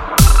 Ha ha ha ha!